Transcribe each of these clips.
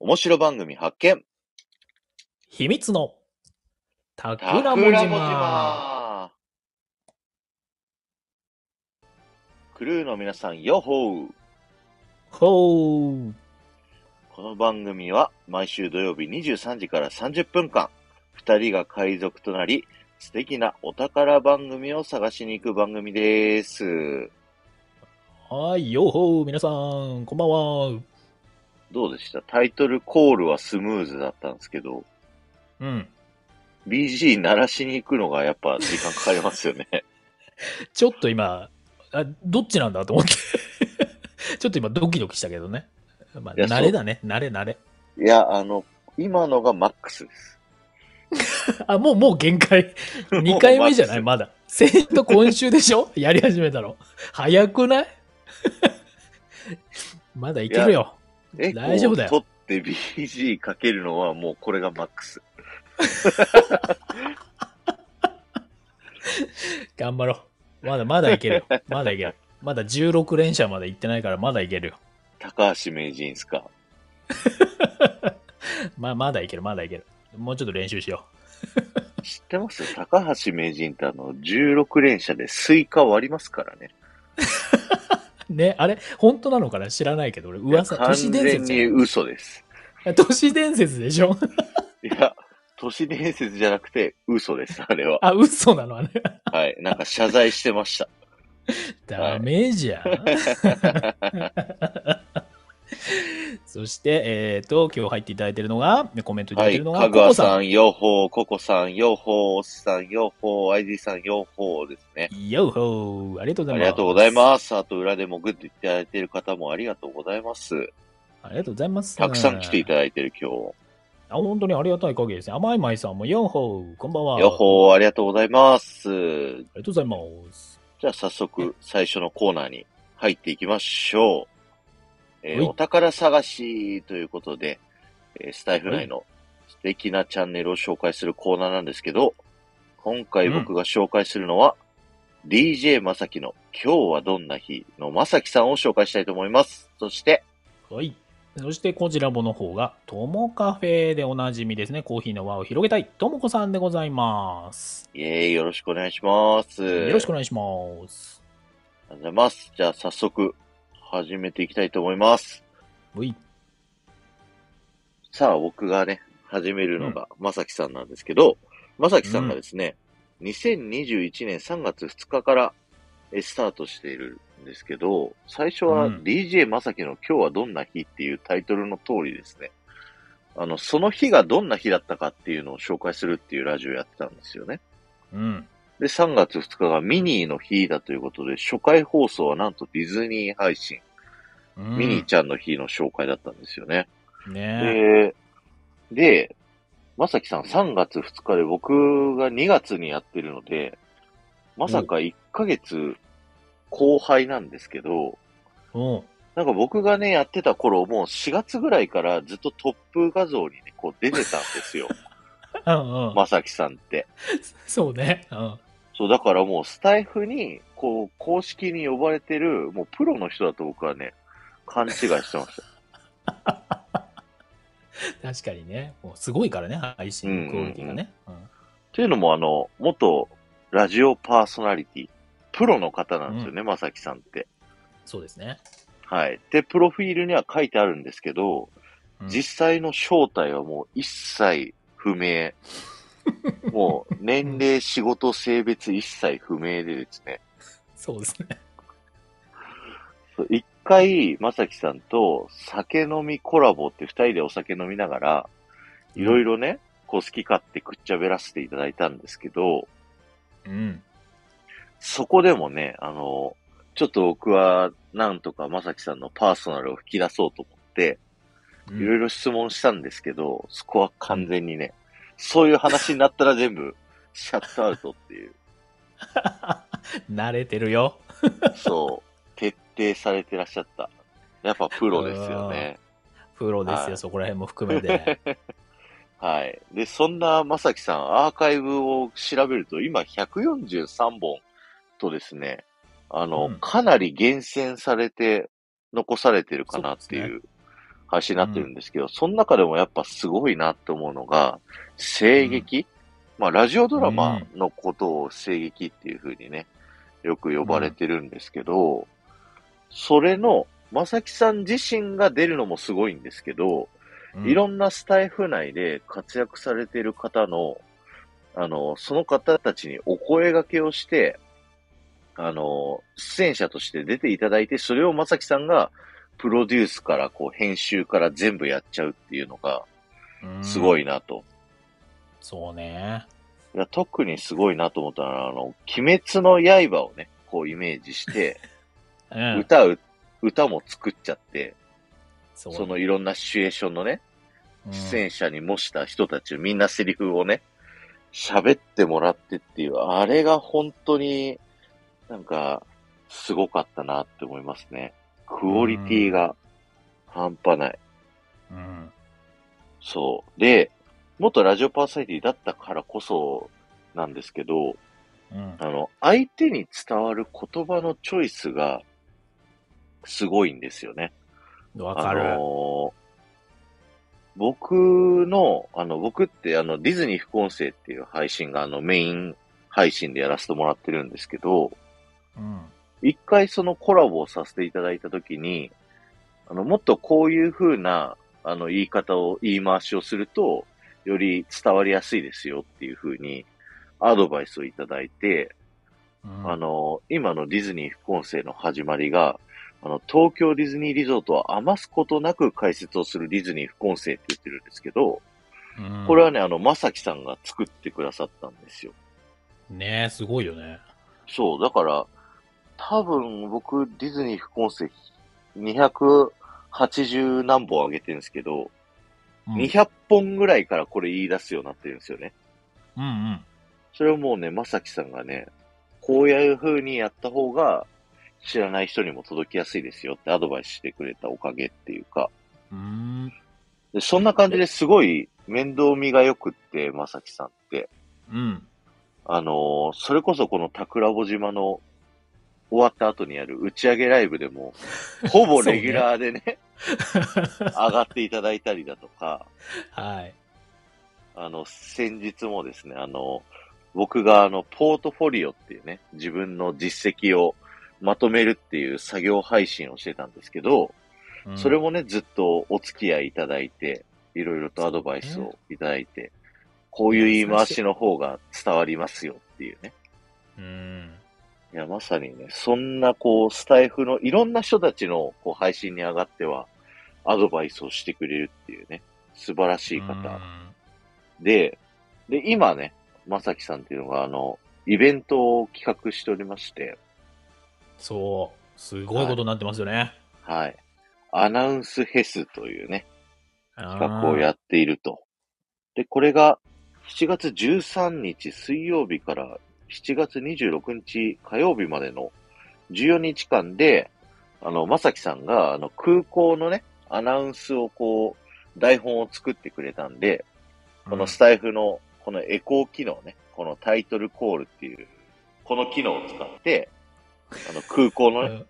面白番組発見秘密の桜も桜もじ島まクルーの皆さん、ヨッホーほうこの番組は毎週土曜日23時から30分間、二人が海賊となり、素敵なお宝番組を探しに行く番組です。はいよほう皆さんこんばんはどうでしたタイトルコールはスムーズだったんですけど、うん BG 鳴らしに行くのがやっぱ時間かかりますよね。ちょっと今あどっちなんだと思って ちょっと今ドキドキしたけどね、まあ、いやそう慣れだね慣れ慣れ いや、あの、今のがマックスです。あもうもう限 界2回目じゃないもまだ先と今週でしょやり始めたの早くない まだいけるようマックスエコー大丈夫だよ取って BG かけるのはもうこれがマックス。頑張ろう。まだまだいけるよ。まだいける。まだ16連射まで行ってないからまだいけるよ。高橋名人ですか。まあ、まだいける、まだいける。もうちょっと練習しよ知ってます高橋名人ってあの、16連射でスイカ割りますからね。う。 ね、あれ、本当なのかな知らないけど、俺、噂、都完市伝全説じにゃない嘘です。都市伝説でしょ いや、都市伝説じゃなくて嘘です、あれは。あ、嘘なのあれ。はい。なんか謝罪してま した。ダメじゃん。そして、えっ、と、今日入っていただいてるのが、コメントいただはいてい。るのが、香ココ川ささん、ヨッホー、ココさん、ヨッホー、オスさん、ヨッホー、IG さん、ヨッホーですね。ん。ヨーホーありがとうござあいります。がとうございます。あと裏でもグッといただいている方もありがとうございます。ありがとうございます。たくさん来ていただいている今日。あ、本当にありがたい限りですね。甘いまいさんも、ヨーホーこんばんは。よっほー、ありがとうございます。ありがとうございます。じゃあ早速最初のコーナーに入っていきましょう。えーはいお宝探しということで、えースタイフ内の素敵なチャンネルを紹介するコーナーなんですけど、今回僕が紹介するのは、DJ まさきの今日はどんな日のまさきさんを紹介したいと思います。そして、はい。そして、こちらもの方が、ともカフェでおなじみですね。コーヒーの輪を広げたい、ともこさんでございます。イエーイ、よろしくお願いします。よろしくお願いします。ありがとうございます。じゃあ早速始めていきたいと思います。うい。さあ僕がね、始めるのがまさきさんなんですけど、まさきさんがですね、2021年3月2日からえスタートしているんですけど、最初はうん DJ まさきの今日はどんな日っていうタイトルの通りですね。あの、その日がどんな日だったかっていうのを紹介するっていうラジオやってたんですよね。うん。で、3月2日がミニーの日だということで、初回放送はなんとディズニー配信。うんミニーちゃんの日の紹介だったんですよね。ねで、で、まさきさん3月2日で僕が2月にやってるので、まさか1ヶ月後輩なんですけど、うん。 なんか僕がね、やってた頃、もう4月ぐらいからずっとトップ画像にね、こう出てたんですよ。うんうん。まさきさんって。 そうね。うん。そう、だからもうスタイフに、こう、公式に呼ばれてる、もうプロの人だと僕はね、勘違いしてました。確かにね。もうすごいからね、配信のクオリティがね。うんというのも、あの、元ラジオパーソナリティ、プロの方なんですよね、まさきさんって。そうですね。はい。で、プロフィールには書いてあるんですけど、うん実際の正体はもう一切不 明。もう、年齢、仕事、性別一切不明でですね。そうですね。そう一回、まさきさんと酒飲みコラボって二人でお酒飲みながら、いろいろね、こう好き勝手くっちゃべらせていただいたんですけど、うん。そこでもね、あの、ちょっと僕は、なんとかまさきさんのパーソナルを引き出そうと思って、うん いろいろ質問したんですけど、そこは完全にね、そういう話になったら全部、シャットアウトっていう、慣れてるよ。そう、徹底されてらっしゃった。やっぱプロですよね。プロですはよ、いそこら辺も含 めて。はい。で、そんなまさきさん、アーカイブを調べると、今143本とですね、あの、うんかなり厳選されて、残されてるかなっていう配信になってるんですけど、その中でもやっぱすごいなって思うのが、声劇、まあ、ラジオドラマのことを声劇っていう風にね、よく呼ばれてるんですけど、それの、まさきさん自身が出るのもすごいんですけど、うんいろんなスタイフ内で活躍されている方の、あの、その方たちにお声掛けをして、あの、出演者として出ていただいて、それをまさきさんがプロデュースからこう編集から全部やっちゃうっていうのがうんすごいなと。そうね。いや特にすごいなと思ったのは、あの、鬼滅の刃をね、こうイメージして、 うん。歌う、歌も作っちゃって、そそのいろんなシチュエーションのね、出演者。者に模した人たちをみんなセリフをね、喋ってもらってっていう、あれが本当になんかすごかったなって思いますね。クオリティが半端ない。うん。そう。で、元ラジオパーソナリティだったからこそなんですけど、うん。あの、相手に伝わる言葉のチョイスがすごいんですよね。わかる。あのー僕の、あの、僕ってあの、ディズニー副音声っていう配信があの、メイン配信でやらせてもらってるんですけど、うん。一回そのコラボをさせていただいたときに、あの、もっとこういう風な、あの、言い方を、言い回しをすると、より伝わりやすいですよっていう風に、アドバイスをいただいて、うんあ、の、今のディズニー副音声の始まりが、あの、東京ディズニーリゾートは余すことなく解説をするディズニー副音声って言ってるんですけど、うんこれはね、あの、まさきさんが作ってくださったんですよ。ねすごいよね。そう、だから、多分僕、ディズニー副音声280何本上げてるんですけど、うん200本ぐらいからこれ言い出すようになってるんですよね。うんうん。それをもうね、まさきさんがね、こういう風にやった方が、知らない人にも届きやすいですよってアドバイスしてくれたおかげっていうか、うーん。でそんな感じですごい面倒見が良くって、まさきさんって。うん。あのーそれこそこの桜穂島の終わった後にやる打ち上げライブでも、ほぼレギュラーでね、 上がっていただいたりだとか、はい。あの、先日もですね、あの、僕があの、ポートフォリオっていうね、自分の実績をまとめるっていう作業配信をしてたんですけど、うんそれ。もね、ずっとお付き合いいただいて、いろいろとアドバイスをいただいて、こういう言い回しの方が伝わりますよっていうね。うん。いや、まさにね、そんなこう、スタイフのいろんな人たちのこう配信に上がっては、アドバイスをしてくれるっていうね、素晴らしい方。うんで、で、今ね、まさきさんっていうのが、あの、イベントを企画しておりまして、そう。すごいことになってますよね。はい。アナウンスヘスというね、企企画をやっていると。で、これが、7月13日水曜日から7月26日火曜日までの14日間で、あの、まさきさんが、あの、空港のね、アナウンスをこう、台本を作ってくれたんで、このスタイフの、このエコー機能ね、このタイトルコールっていう、この機能を使って、あの、空港のね、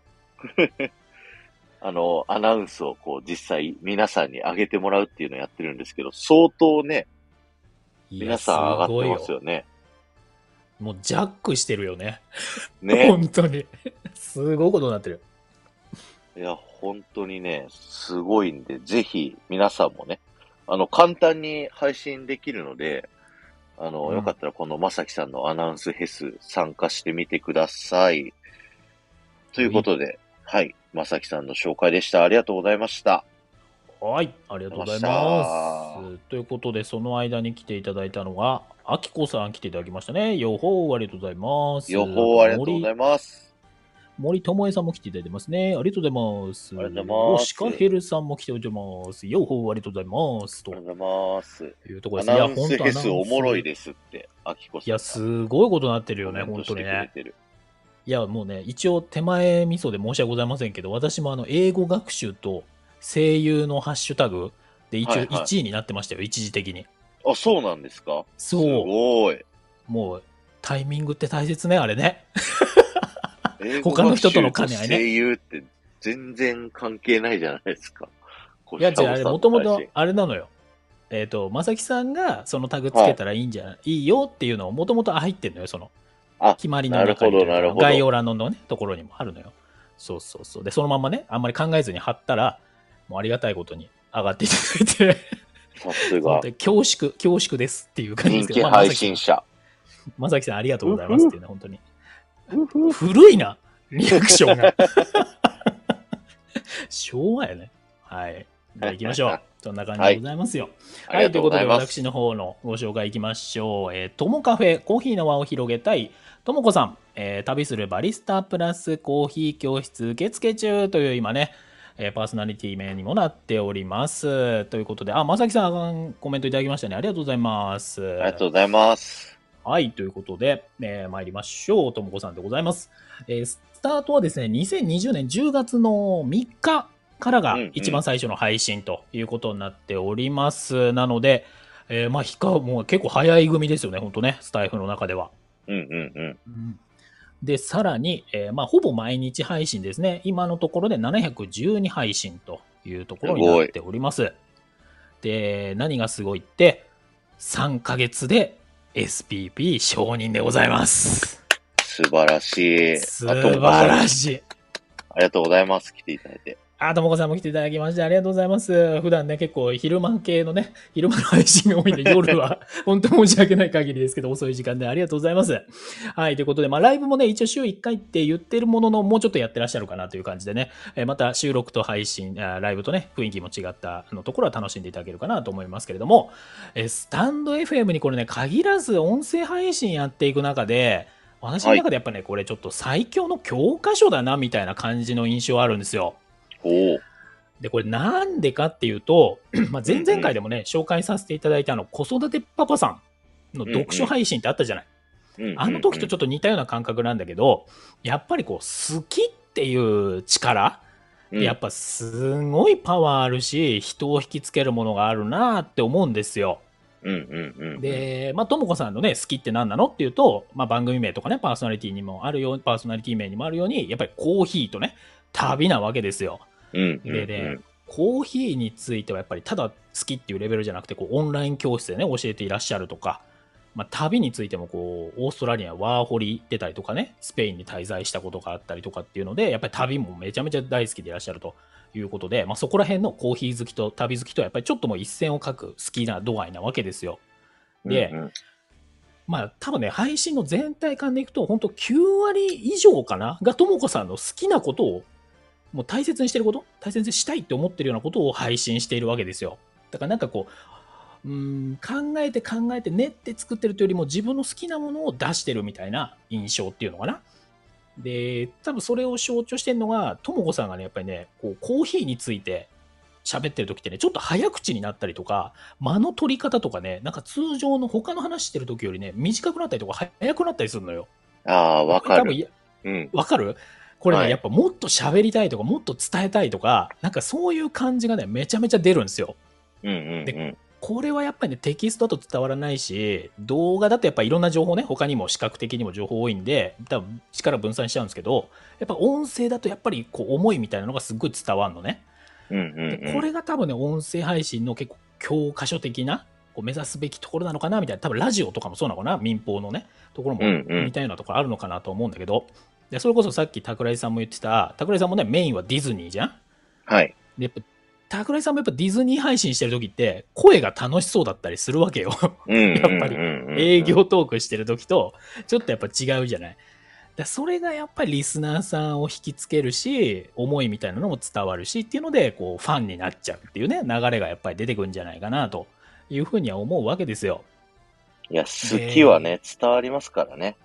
あの、アナウンスをこう、実際皆さんに上げてもらうっていうのをやってるんですけど、相当ね、皆さん上がってますよね。もうジャックしてるよね。ね。 本当に。すごいことになってる。いや、本当にね、すごいんで、ぜひ皆さんもね、あの、簡単に配信できるので、あの、うんよかったらこのまさきさんのアナウンスヘス参加してみてください。ということで、はい、まさきさんの紹介でした。ありがとうございました。はい、ありがとうございありがとうございます。ということで、その間に来ていただいたのが、あきこさん来ていただきましたね。予報ありがとうございます。予報ありがとうござます。います。森友恵さんも来ていただいてますね。ありがとうございます。ありがとうございますシカヘルさんも来ておいてます。予報ありがとうございます。あとりがとうございまいうところす。です。アいナや、ウン本ス当ヘスおもろいで。ですって、あきこさん。いや、すごいことになってるよね、コメン本トして当くにれね。てる。いや、もうね、一応手前味噌で申し訳ございませんけど、私もあの、英語学習と声優のハッシュタグで一応はいはい1位になってましたよ、一時的に。あ、そうなんですかすそう。ごい。もう、タイミングって大切ね、あ れね。英語他の人との学習兼ね合いね声優って全然関係ないじゃないですか。こいや、違う、あれ、もともシャオさんと配信、あれなのよ。えっ、と、まさきさんが、そのタグつけたらいいんじゃない、い、いよっていうのを、もともと入ってんのよ、その。あ決まりの中にというなるほどかなるほど概要欄のね、ところにもあるのよ。そうそうそう。で、そのままね、あんまり考えずに貼ったら、もうありがたいことに上がっていた だいて、さすが本当、に恐縮、恐縮ですっていう感じで人すけ気ど、まあまさ配きさ信ん者。まさきさん、ありがとうございますっていうね、本当に。古いな、リアクション が。昭和やね。はい。では行きましょう。そんな感じでございますよ。ありがとうございまはす。ということで、私の方のご紹介いきましょう。えー、ともカフェ、コーヒーの輪を広げたい、ともこさん、えー旅するバリスタプラスコーヒー教室受付中という今ね、えーパーソナリティ名にもなっております。ということで、あ、まさきさん、コメントいただきましたね。ありがとうございます。ありがとうございます。はい、ということで、えー参りましょう。ともこさんでございます。えースタートはですね、2020年10月の3日からがうんうん一番最初の配信ということになっております。なので、えーまあ、ひか、もう結構早い組ですよね、ほんとね、スタイフの中では。うんうんうん。で、さらに、えーまあ、ほぼ毎日配信ですね。今のところで712配信というところになっております。で、何がすごいって、3ヶ月で SPP 承認でございます。素晴らしい。素晴らい。しい。ありがとうございます。来ていただいて。あ、ともこさんも来ていただきましてありがとうございます。普段ね、結構昼間系のね、昼間の配信が多いんで、夜は本当申し訳ない限りですけど、遅い時間でありがとうございます。はい、ということで、まあライブもね、一応週1回って言ってるものの、もうちょっとやってらっしゃるかなという感じでね、えーまた収録と配信、あーライブとね、雰囲気も違ったあのところは楽しんでいただけるかなと思いますけれども、えースタンド FM にこれね、限らず音声配信やっていく中で、私の中でやっぱね、これちょっと最強の教科書だな、みたいな感じの印象あるんですよ。おお。で、これなんでかっていうと、 まあ、前々回でもね、紹介させていただいたあの、子育てパパさんの読書配信ってあったじゃない。あの時とちょっっと似たような感覚なんだけど、やっぱりこう、好きっていう力、とやっぱすごいパワーあるし、人を引きつけるものがあるなって思うんですよ。うんうんうんうん。、で、まあ、ともこさんのね、好きって何なのっていうと、まあ、番組名とかね、パーソナリティにもあるように、パーソナリティ名にもあるように、やっぱりコーヒーとね、旅なわけですよ。うんうんでね、コーヒーについてはやっぱりただ好きっていうレベルじゃなくてこうオンライン教室でね教えていらっしゃるとか、まあ、旅についてもこうオーストラリアワーホリ出たりとかねスペインに滞在したことがあったりとかっていうのでやっぱり旅もめちゃめちゃ大好きでいらっしゃるということで、まあ、そこら辺のコーヒー好きと旅好きとはやっぱりちょっともう一線を画く好きな度合いなわけですよ。でうんうんまあ多分ね配信の全体感でいくと本当9割以上かながともこさんの好きなことをもう大切にしてること大切にしたいって思ってるようなことを配信しているわけですよだからなんかこううーん考えて考えて練って作ってるというよりも自分の好きなものを出してるみたいな印象っていうのかなで多分それを象徴してるのがともこさんがねやっぱりねこうコーヒーについて喋ってる時ってねちょっと早口になったりとか間の取り方とかね、なんか通常の他の話してる時よりね、短くなったりとか早くなったりするのよ。ああー、わか多分る。いやうん。わかるこれね、はいやっぱもっと喋りたいとか、もっと伝えたいとか、なんかそういう感じがね、めちゃめちゃ出るんですよ。うんうんうん。これはやっぱりね、テキストだと伝わらないし、動画だとやっぱいろんな情報ね、他にも視覚的にも情報多いんで、多分力分散しちゃうんですけど、やっぱ音声だとやっぱりこう思いみたいなのがすっごい伝わるのね。うんうんうでん。これが多分ね、音声配信の結構教科書的な、こう目指すべきところなのかなみたいな、多分ラジオとかもそうなのかな、民放のね、ところもうんうん似たようなところあるのかなと思うんだけど、でそれこそさっき桜井さんも言ってた、桜井さんもね、メインはディズニーじゃんはい。でやっぱ桜井さんもやっぱディズニー配信してる時って、声が楽しそうだったりするわけよ。ややっぱり営。業トークしてる時と、ちょっとやっぱ違うじゃない。だそれがやっぱりリスナーさんを引きつけるし、思いみたいなのも伝わるしっていうので、こう、ファンになっちゃうっていうね、流れがやっぱり出てくるんじゃないかなというふうには思うわけですよ。いや、好きはね、伝わりますからね。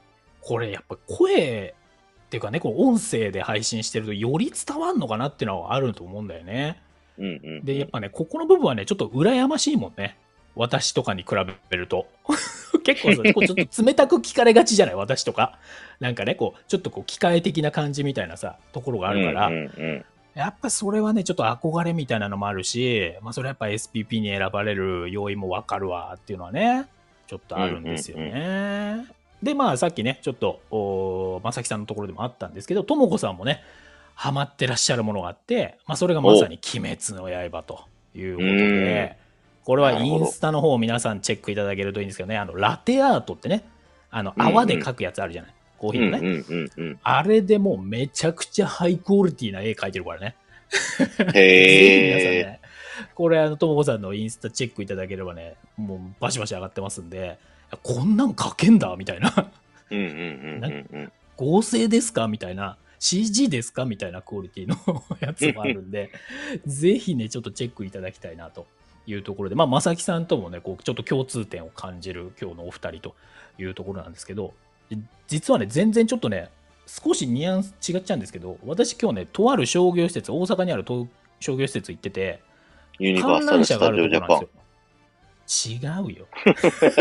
これやっぱ声っていうかね、こう音声で配信してるとより伝わんのかなっていうのはあると思うんだよね。うんうん。で、やっぱね、ここの部分はね、ちょっと羨ましいもんね。私とかに比べると。 結構さ、 こうちょっと冷たく聞かれがちじゃない私とか。なんかね、こう、ちょっとこう、機械的な感じみたいなさ、ところがあるから、うんうんやっぱそれはね、ちょっと憧れみたいなのもあるし、まあ、それはやっぱ SPP に選ばれる要因もわかるわっていうのはね、ちょっとあるんですよね。うんうで、まあ、さっきね、ちょっと、おまさきさんのところでもあったんですけど、ともこさんもね、ハマってらっしゃるものがあって、まあ、それがまさに鬼滅の刃ということで、これはインスタの方を皆さんチェックいただけるといいんですけどね、あのラテアートってね、あのうんうん泡で描くやつあるじゃない、コーうヒんーうのね。んうん うん。あれでもうめちゃくちゃハイクオリティな絵描いてるからね。へえ。ぜひ皆さんね、これ、あの、ともこさんのインスタチェックいただければね、もうバシバシ上がってますんで、こんなん描けんだみたいな。 うんうんうんうんうん。合成ですかみたいな。CG ですかみたいなクオリティの やつもあるんで、ぜひね、ちょっとチェックいただきたいなというところで、まあ、まさきさんともね、こう、ちょっと共通点を感じる今日のお二人というところなんですけど、で実はね、全然ちょっとね、少しニュアンス違っちゃうんですけど、私今日ね、とある商業施設、大阪にあると商業施設行ってて、ユニバー観サル・覧車スがあタジオ・るジとャころパなんン。ですよ。違うよ。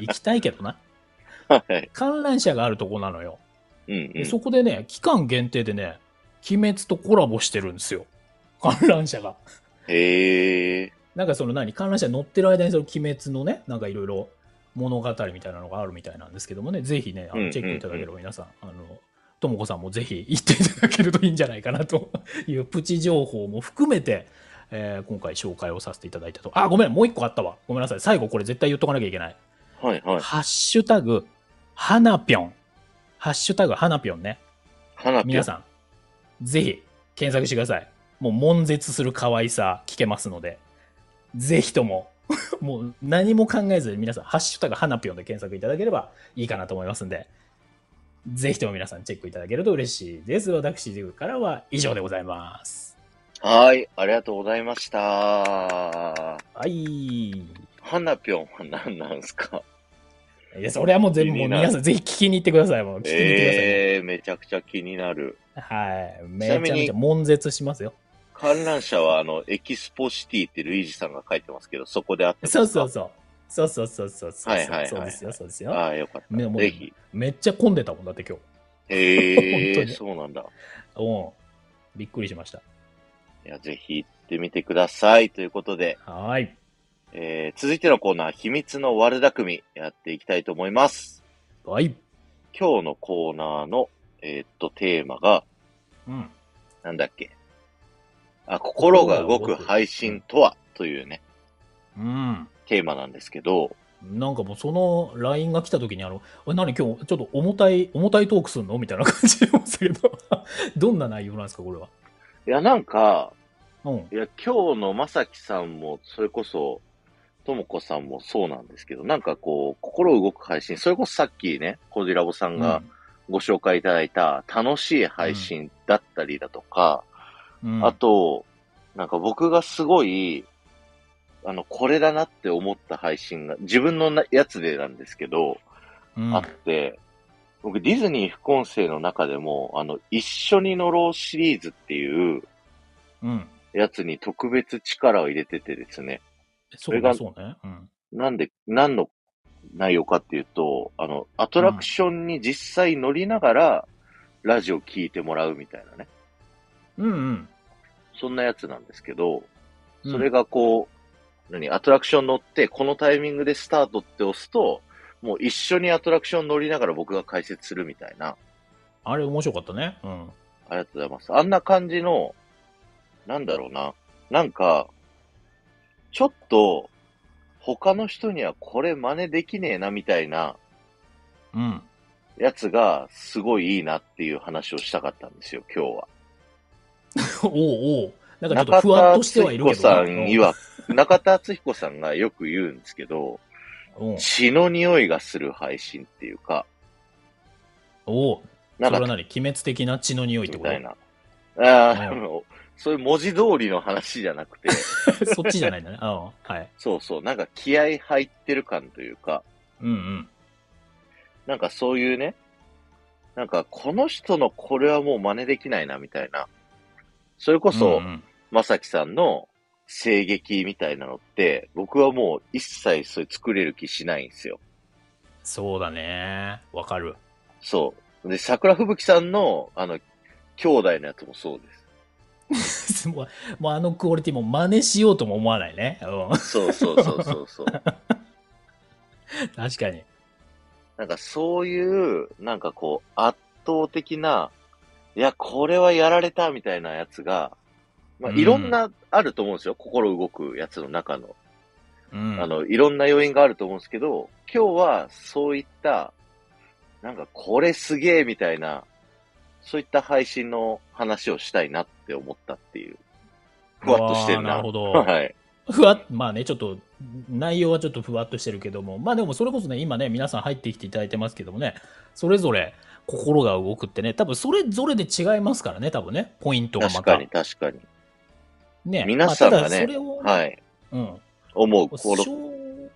行きたいけどな。はい。観覧車があるとこなのよ。うんでうん。そこでね、期間限定でね、鬼滅とコラボしてるんですよ。観覧車が。へえ。なんかその何観覧車乗ってる間にその鬼滅のね、なんかいろいろ物語みたいなのがあるみたいなんですけどもね、ぜひね、あうんうんうのんチェックいただければ皆さん、あの、ともこさんもぜひ行っていただけるといいんじゃないかなと いうプチ情報も含めて、えー今回紹介をさせていただいたと。あ、ごめん、もう一個あったわ。ごめんなさい。最後これ絶対言っとかなきゃいけない。はいはい。ハッシュタグ、花ぴょん。ハッシュタグ、花ぴょんね。花火。皆さん、ぜひ検索してください。もう悶絶する可愛さ聞けますので、ぜひとも、 もう何も考えずに皆さん、ハッシュタグ花ぴょんで検索いただければいいかなと思いますんで、ぜひとも皆さんチェックいただけると嬉しいです。私からは以上でございます。はい。ありがとうございました。はい。花ぴょんは何なんすかいやそれはもう全部、気もにうなる皆さんぜひ聞きに行ってください。もう聞きに行ってください。ええー、めちゃくちゃ気になる。はい。めちちゃなみにめちゃ悶絶しますよ。観覧車は、あの、エキスポシティってルイージさんが書いてますけど、そこであってそうそうそう。そうそうそうそうそう。はいはいはいそうですよ、そうですよ。ああ、よかっねもた。うぜひ。めっちゃ混んでたもんだって今日。へ本え当にそうなんだ。うん。びっくりしました。いや、ぜひ行ってみてください。ということで、はーい。えー、続いてのコーナー、秘密の悪巧み、やっていきたいと思います。はい。今日のコーナーの、えーっと、テーマが、うん。なんだっけ。あ、心が動く配信とは、というね、うん。テーマなんですけど、なんかもうその LINE が来た時にあの、え何今日ちょっと重たい、重たいトークすんのみたいな感じで思ってたけど、 どんな内容なんですか、これは。いや、なんか、うん。いや、今日のまさきさんも、それこそ、ともこさんもそうなんですけど、なんかこう、心動く配信、それこそさっきね、コジラボさんがご紹介いただいた、楽しい配信だったりだとか、うん、あと、なんか僕がすごい、あの、これだなって思った配信が、自分のなやつでなんですけど、うん、あって、僕ディズニー副音声の中でも、あの、一緒に乗ろうシリーズっていううん。やつに特別力を入れててですね、それうがね、そうね。うん。なんで、何の内容かっていうと、あの、アトラクションに実際乗りながら、ラジオ聞いてもらうみたいなね。うんうん。そんなやつなんですけど、うんそれがこう、何、アトラクション乗って、このタイミングでスタートって押すと、もう一緒にアトラクション乗りながら僕が解説するみたいな。あれ面白かったね。うん。ありがとうございます。あんな感じの、なんだろうな。なんか、ちょっと、他の人にはこれ真似できねえなみたいなうん。 やつがすごいいいなっていう話をしたかったんですよ、今日は。おうおう。なんかちょっとふわっとしてはいるけど中田敦彦さな。んには、中田敦彦さんがよく言うんですけど、うん。うん血の匂いがする配信っていうか、おう。なそんれはか、何鬼滅的な血の匂いってみこたいとな。ああ、うんあのそういう文字通りの話じゃなく て、そっちじゃないんだね。うん。はい。そうそう、なんか気合入ってる感というか、うんうん。なんかそういうね、なんかこの人のこれはもう真似できないなみたいな。それこそ、んんまさきさんの声劇みたいなのって、僕はもう一切それ作れる気しないんですよ。そうだね。わかる。 そう。で、桜吹雪さんの、あの、兄弟のやつもそうでもうもうあのクオリティも真似しようとも思わないね。うん、 す。そうそうそうそうそう。確かに。なんかそういう、なんかこう、圧倒的な、いや、これはやられたみたいなやつが、まあ、うんいろんな、あると思うんですよ。心動くやつの中の。うんあの、いろんな要因があると思うんですけど、今日はそういった、なんかこれすげえみたいな、そういった配信の話をしたいなって思ったっていう。ふわっとしてるな。うわーなるほど はい。ふわっ、まあね、ちょっと、内容はちょっとふわっとしてるけども、まあでもそれこそね、今ね、皆さん入ってきていただいてますけどもね、それぞれ心が動くってね、多分それぞれで違いますからね、多分ね、ポイントがま確かた。に、確かに。ね、皆さんがねまあただそれを、はい。うん。思う小心。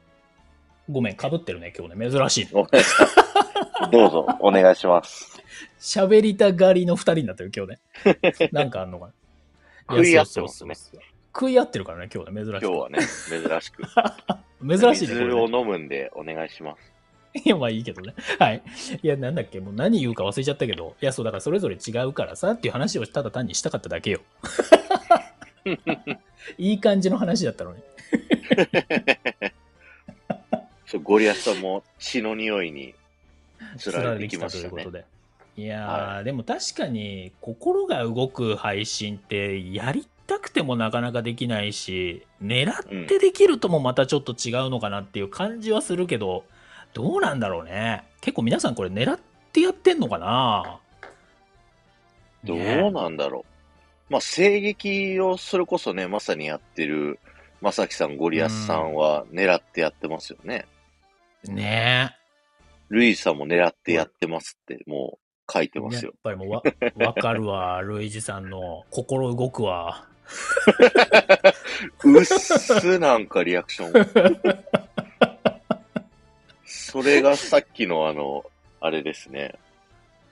ごめん、かぶってるね、今日ね、珍しいね。ごめんなさいどうぞ、お願いします。喋りたがりの二人になってる、今日ね。 なんかあんのかな。食い合ってますねいや。そうそうそう食い合ってるからね、今日ね、珍し今日はね、珍しく。く。 珍しいね、こ水れね を飲むんでお願いします。いや、まあいいけどね。はい。いや、なんだっけ、もう何言うか忘れちゃったけど、いや、そう、だからそれぞれ違うからさ、っていう話をただ単にしたかっただ けよ。いい感じの話だったのに。そうゴリアスさんも血の匂いにつられてきまとしいうたこねと。で。いやー、はでも確かに、心が動く配信って、やりたくてもなかなかできないし、狙ってできるともまたちょっと違うのかなっていう感じはするけど、どうなんだろうね。結構皆さんこれ狙ってやってんのかなどねうなんだろう。まあ、声撃をそれこそね、まさにやってる、まさきさん、ゴリアスさんは狙ってやってますよね。ねえ。ルイさんも狙ってやってますって、もう書いてますやよっ。ぱりもうわわかるわ、ルイジさんの心動くわ。うっすなんかリアクション。それがさっきのあの、あれですね。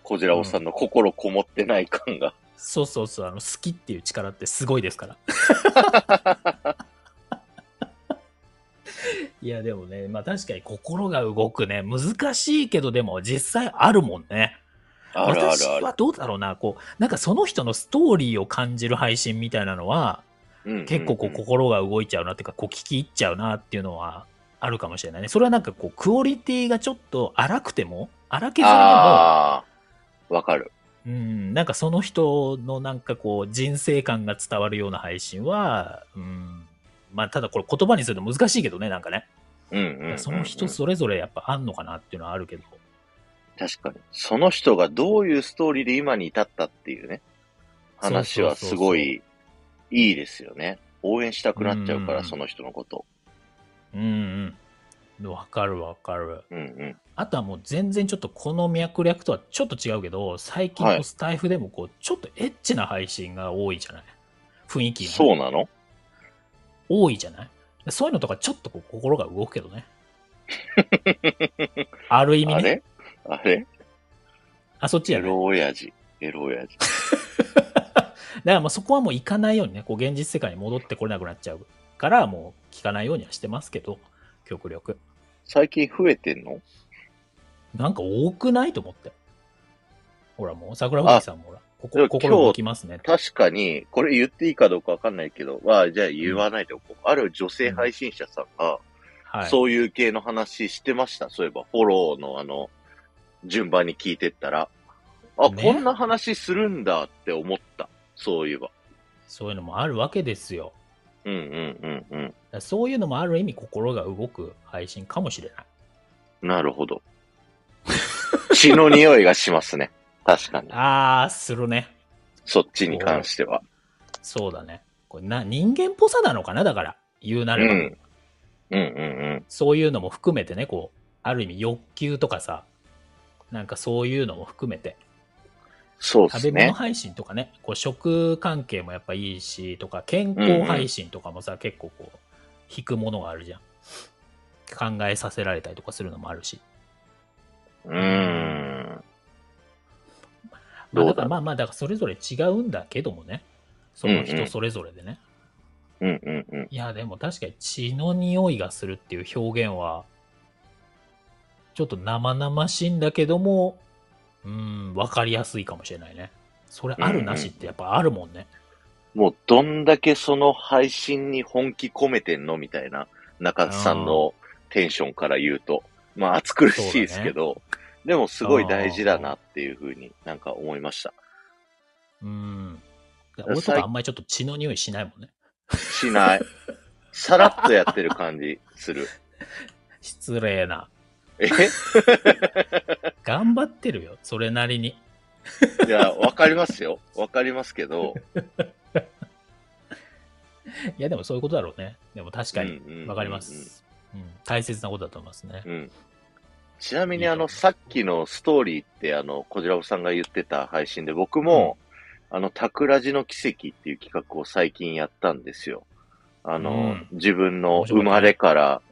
こじらおさんの心こもってない感が。そうそうそう、あの好きっていう力ってすごいですから。 いや、でもね、まあ確かに心が動くね、難しいけど、でも実際あるもんね。あるあるあ私るは。どうだろうな、こう、なんかその人のストーリーを感じる配信みたいなのは、うん結構こう心が動いちゃうなっていうかこう聞き入っちゃうなっていうのはあるかもしれないねそれはなんかこうクオリティがちょっと荒くても荒削りでもああ、わかる。うんなんかその人のなんかこう人生観が伝わるような配信はうんまあただこれ言葉にすると難しいけどねなんかねうんうんうんうんその人それぞれやっぱあんのかなっていうのはあるけど確かに。その人がどういうストーリーで今に至ったっていうね、話はすごいいいですよね。応援したくなっちゃうかうら、んその人のこと。うんうんわかるわかるうんうん。あとはもう全然ちょっとこの脈略とはちょっと違うけど、最近はのいスタイフでもこう、ちょっとエッチな配信が多いじゃない雰囲気がそうなの多いじゃないそういうのとかちょっとこう心が動くけど ね。ある意味あね。れあれあそっちエやね。ロ親父。エロ親父。だからもうそこはもう行かないようにね、こう現実世界に戻ってこれなくなっちゃうから、もう聞かないようにはしてますけど、極力。最近増えてんのなんか多くないと思って。ほらもう、桜吹雪さんもほら、こでもこ心動きますねって。確かに、これ言っていいかどうかわかんないけど、まあ、じゃあ言わないでおこう。ある女性配信者さんが、はい。そういう系の話してました。そういえば、フォローのあの、順番に聞いてったら、あ、ねこんな話するんだって思った。そういえば。そういうのもあるわけですよ。うんうんうんうだからそういうのもある意味心が動く配信かもしれない。ん。なるほど。 血の匂いがしますね。確かに。あー、するね。そっちに関しては。そうだね。これな、人間っぽさなのかなだから、言うなうれん。うば、んうんうん。そういうのも含めてね、こう、ある意味欲求とかさ、なんかそういうのも含めて、そうで食べす物ね。配信とかね、こう食関係もやっぱいいし、とか健康配信とかもさ、結構こう、引くものがあるじゃん。考えさせられたりとかするのもあるし。うーん。まあ、どうだろだうからまあまあ、だからそれぞれ違うんだけどもね。そのうんう人んそれぞれでね。うんうんうん。いや、でも確かに血の匂いがするっていう表現は、ちょっと生々しいんだけども、うん、わかりやすいかもしれないね。それあるなしってやっぱあるもんね。もうどんだけその配信に本気込めてんのみたいな中津さんのテンションから言うと、まあ暑苦しいですけど、でもすごい大事だなっていうふうになんか思いました。うん。俺とかあんまりちょっと血の匂いしないもんね。しない。さらっとやってる感じする。失礼な。え 頑張ってるよ、それなりに。いや、わかりますよ。わかりますけど。いや、でもそういうことだろうね。でも確かに、うんうんわかります、うん大切なことだと思いますね。うん。ちなみに、あいいの、と思うさっきのストーリーって、あの、こじらぼさんが言ってた配信で、僕も、あの、タクラジの奇跡っていう企画を最近やったんですよ。あの、うん自分の生面白かったねまれから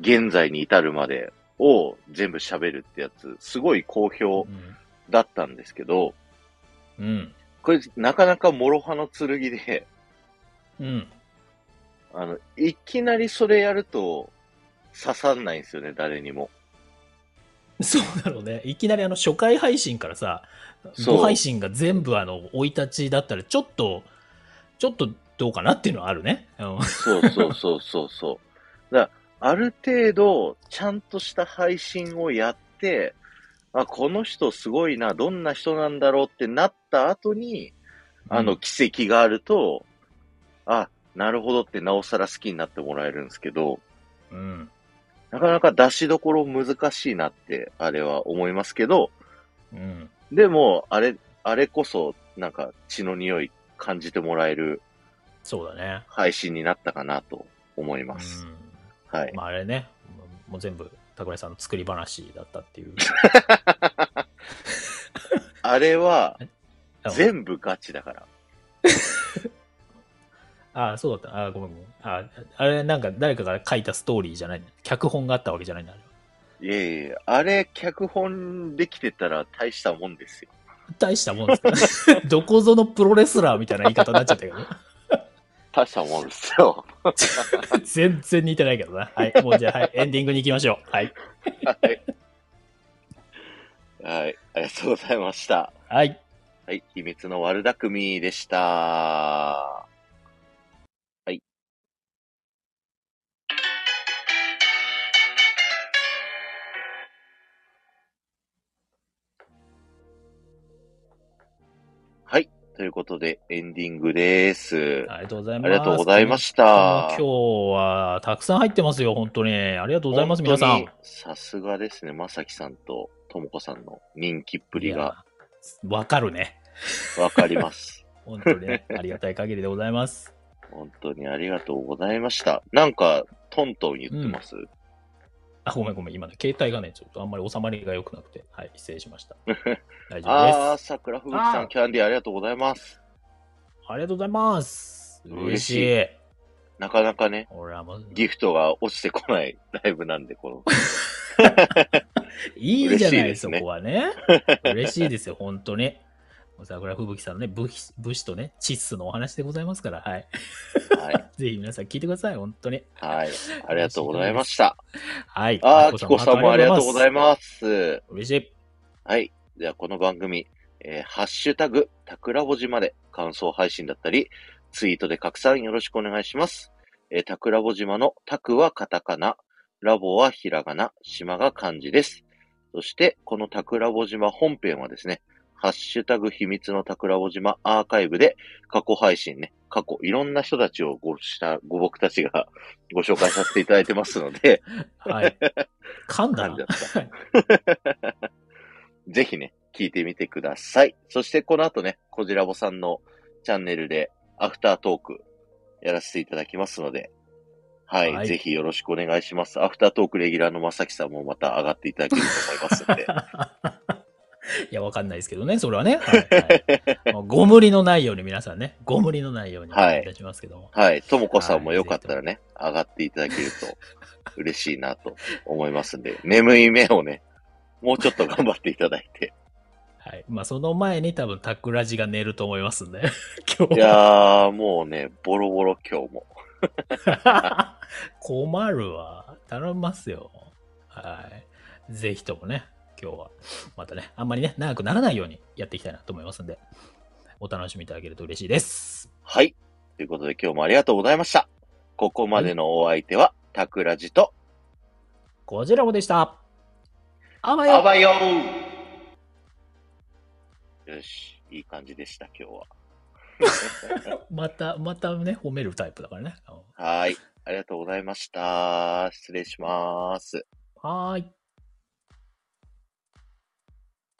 現在に至るまでを全部喋るってやつ、すごい好評だったんですけど、うん。うん。これ、なかなか諸刃の剣で、うん。 あの、いきなりそれやると、刺さんないんですよね、誰にも。そうだろうね。いきなりあの初回配信からさ、そうご配信が全部あの、生い立ちだったら、ちょっと、ちょっとどうかなっていうのはあるね。うんそうそうそうそうそう。だからある程度、ちゃんとした配信をやって、あ、この人すごいな、どんな人なんだろうってなった後に、あの、奇跡があると、あ、なるほどってなおさら好きになってもらえるんですけど、うん。なかなか出しどころ難しいなって、あれは思いますけど、うん。でも、あれ、あれこそ、なんか血の匂い感じてもらえるそうだね。配信になったかなと思います。うはい。ん。まああれね、もう全部、桜井さんの作り話だったっていう。あれはえあ全部ガチだから。ああ、そうだった。ああ、ごめんごめん。ああ、あれなんか誰かが書いたストーリーじゃないんだ脚本があったわけじゃないんだ。あれいやいやいやあれ脚本できてたら大したもんですよ。大したもんですから、 どこぞのプロレスラーみたいな言い方になっちゃったけどね。大したもんですよ。全然似てないけどな。はい。もうじゃあ、はい。エンディングに行きましょう。はい。はい。はい。ありがとうございました。はい。はい。秘密の悪巧みでした。はい。はい。ということで、エンディングです。ありがとうございあます。りがとうございました。今日はたくさん入ってますよ、本当に。ありがとうございます、皆さん本。当にさすがですね、まさきさんとともこさんの人気っぷりいやが。わかるね。わかり ます。本当にね。ありがたい限りでございます。本当にありがとうございました。なんか、トントン言ってます、あ、ごめんごめん。今ね、携帯がね、ちょっとあんまり収まりが良くなくて。はい。失礼し ました。大丈夫です。あー、桜吹雪さあん、ーキャンディーありがとうございます。ありがとうございます。嬉嬉ししいい。なかなかね、俺はもう、ギフトが落ちてこない ライブなんで、この。いいじゃな嬉しい、いですそねこ はね。嬉しいですよ、本当に。もう桜吹雪さんのね、武士武士とね、チッスのお話でございますから、はい。はい。ぜひ皆さん聞いてください、本当に。 はい。ありがとうございました。はい。あー、きこさんもありがとうございまます。す。嬉しい。はい。では、この番組、えーハッシュタグ、たくらぼじまで感想配信だったり、ツイートで拡散よろしくお願いします。えー、たくらぼじまのたくはカタカナ、ラボはひらがな、島が漢字です。そして、このたくらぼじま本編はですね、ハッシュタグ秘密のたくらぼじまアーカイブで過去配信ね、過去いろんな人たちをごした、ご僕たちがご紹介させていただいてますので、 はい。噛んだ感じなだ。った。 ぜひね、聞いてみてください。そしてこの後ね、こじらぼさんのチャンネルでアフタートークやらせていただきますので、はい、はい。ぜひよろしくお願いします。アフタートークレギュラーのまさきさんもまた上がっていただけると思います ので いや、わかんないですけどね、それはね。はいはい、もうご無理のないように皆さんね、ご無理のないようにお願いいたしますけども。はい、ともこさんもよかったらね、上がっていただけると嬉しいなと思いますんで、眠い目をね、もうちょっと頑張っていただい て。はい。まあ、その前に多分、タクラジが寝ると思いますんで、 今い日は。やー、もうね、ボロボロ今日も。 困るわ。頼みますよ。はい。ぜひともね、今日は、またね、あんまりね、長くならないようにやっていきたいなと思いますんで、お楽しみいただけると嬉しいです。はい。ということで今日もありがとうございました。ここまでのお相手は、タクラジと、こちらもでした。あばよあばよーよし、いい感じでした、今日は。また、またね、褒めるタイプだからね。うんはい。ありがとうございました。失礼します。はーい。